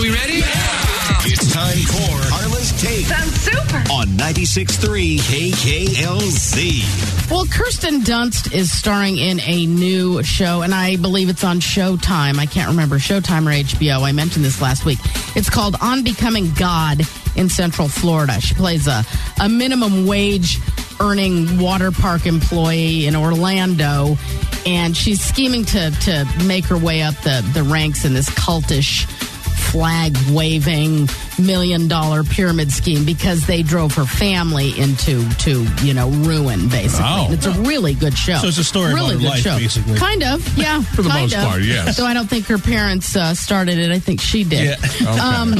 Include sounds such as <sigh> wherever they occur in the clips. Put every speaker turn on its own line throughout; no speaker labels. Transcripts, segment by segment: we ready?
It's time for Carla's Take
Sounds super.
on 96.3 KKLZ.
Well, Kirsten Dunst is starring in a new show, and I believe it's on Showtime. I can't remember Showtime or HBO. I mentioned this last week. It's called On Becoming God in Central Florida. She plays a, a minimum wage earning water park employee in Orlando, and she's scheming to, to make her way up the, the ranks in this cultish flag waving million dollar pyramid scheme because they drove her family into to you know ruin basically.
Wow.
It's a really good show.
So it's a story about
really
her
good
life,
show.
basically.
Kind
<laughs>
of, yeah. For
the
kind
most
of.
part, yes.
Though I don't think her parents uh, started it. I think she did.
<laughs>
Um,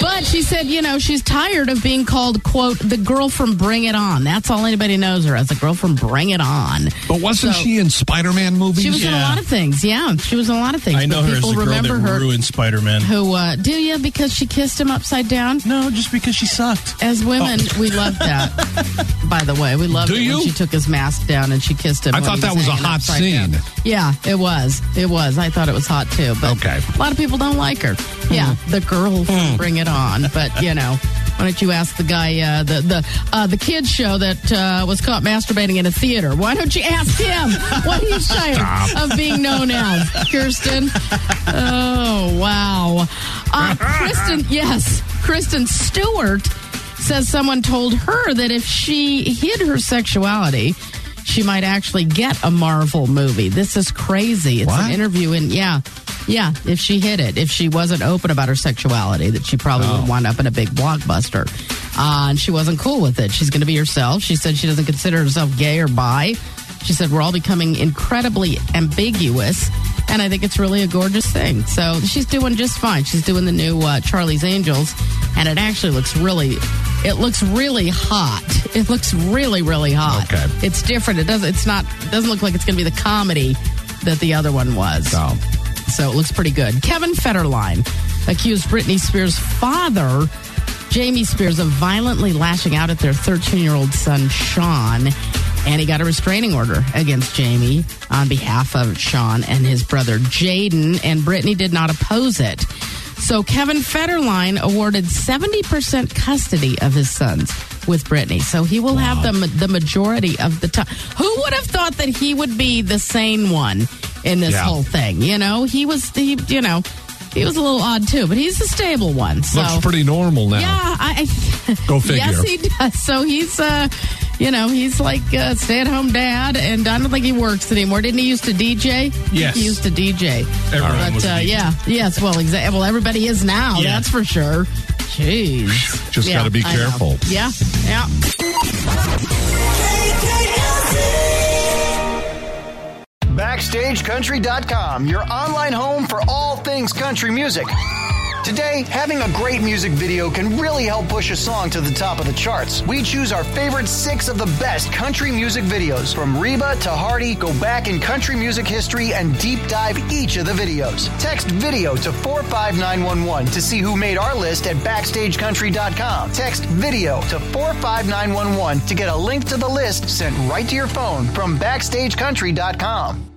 but she said, you know, she's tired of being called quote the girl from Bring It On. That's all anybody knows her as the girl from Bring It On.
But wasn't
So-
she in Spider-Man movies?
She was in a
Yeah.
lot of things. Yeah, she was in a lot of things.
I know
but
her as
people
the girl that
remember her.
ruined Spider Man.
Who uh, do you? Because she kissed him upside down.
No, just because she sucked.
As women, we love that.
<laughs>
By the way, we loved
Oh. Do
it
you?
when she took his mask down and she kissed him.
I
when
thought
he
that was a
hanging
hot
upside down.
scene.
Yeah, it was. It was. I thought it was hot too. But
Okay.
a lot of people don't like her. Yeah, the girls bring it on. But you know, why don't you ask the guy uh, the the uh, the kid show that uh, was caught masturbating in a theater? Why don't you ask him what he's tired of being known as, Kirsten? Oh wow, uh, Kristen. Yes, Kristen Stewart says someone told her that if she hid her sexuality. She might actually get a Marvel movie. This is crazy. It's an
What?
interview and yeah yeah if she hid it if she wasn't open about her sexuality that she probably would wind up in a big blockbuster uh, and she wasn't cool with it she's going to be herself she said she doesn't consider herself gay or bi she said we're all becoming incredibly ambiguous and i think it's really a gorgeous thing so she's doing just fine she's doing the new uh, charlie's angels and it actually looks really it looks really hot it looks really really hot
Okay.
it's different. It doesn't. It's not. It doesn't look like it's going to be the comedy that the other one was.
Oh.
So it looks pretty good. Kevin Federline accused Britney Spears' father, Jamie Spears, of violently lashing out at their 13-year-old son Sean, and he got a restraining order against Jamie on behalf of Sean and his brother Jaden. And Britney did not oppose it. So Kevin Federline awarded 70% custody of his sons with Britney. So he will have the, ma- the majority of the time. Who would have thought that he would be the sane one in this
Yeah.
whole thing? You know, he was, he, you know, he was a little odd too, but he's a stable one. So.
Looks pretty normal now.
Yeah, I, I <laughs>
Go figure.
Yes, he does. So he's, uh, you know, he's like uh, stay-at-home dad, and I don't think he works anymore. Didn't he used to DJ? I think
Yes.
he used to DJ.
Everyone
but
was
uh,
a DJ.
yeah, yes. Well, exactly. Well, everybody is now.
Yeah.
That's for sure. Jeez,
Just
Yeah,
gotta be
I know.
careful.
Yeah, yeah.
BackstageCountry.com, your online home for all things country music. Today, having a great music video can really help push a song to the top of the charts. We choose our favorite six of the best country music videos. From Reba to Hardy, go back in country music history and deep dive each of the videos. Text video to 45911 to see who made our list at BackstageCountry.com. Text video to 45911 to get a link to the list sent right to your phone from BackstageCountry.com.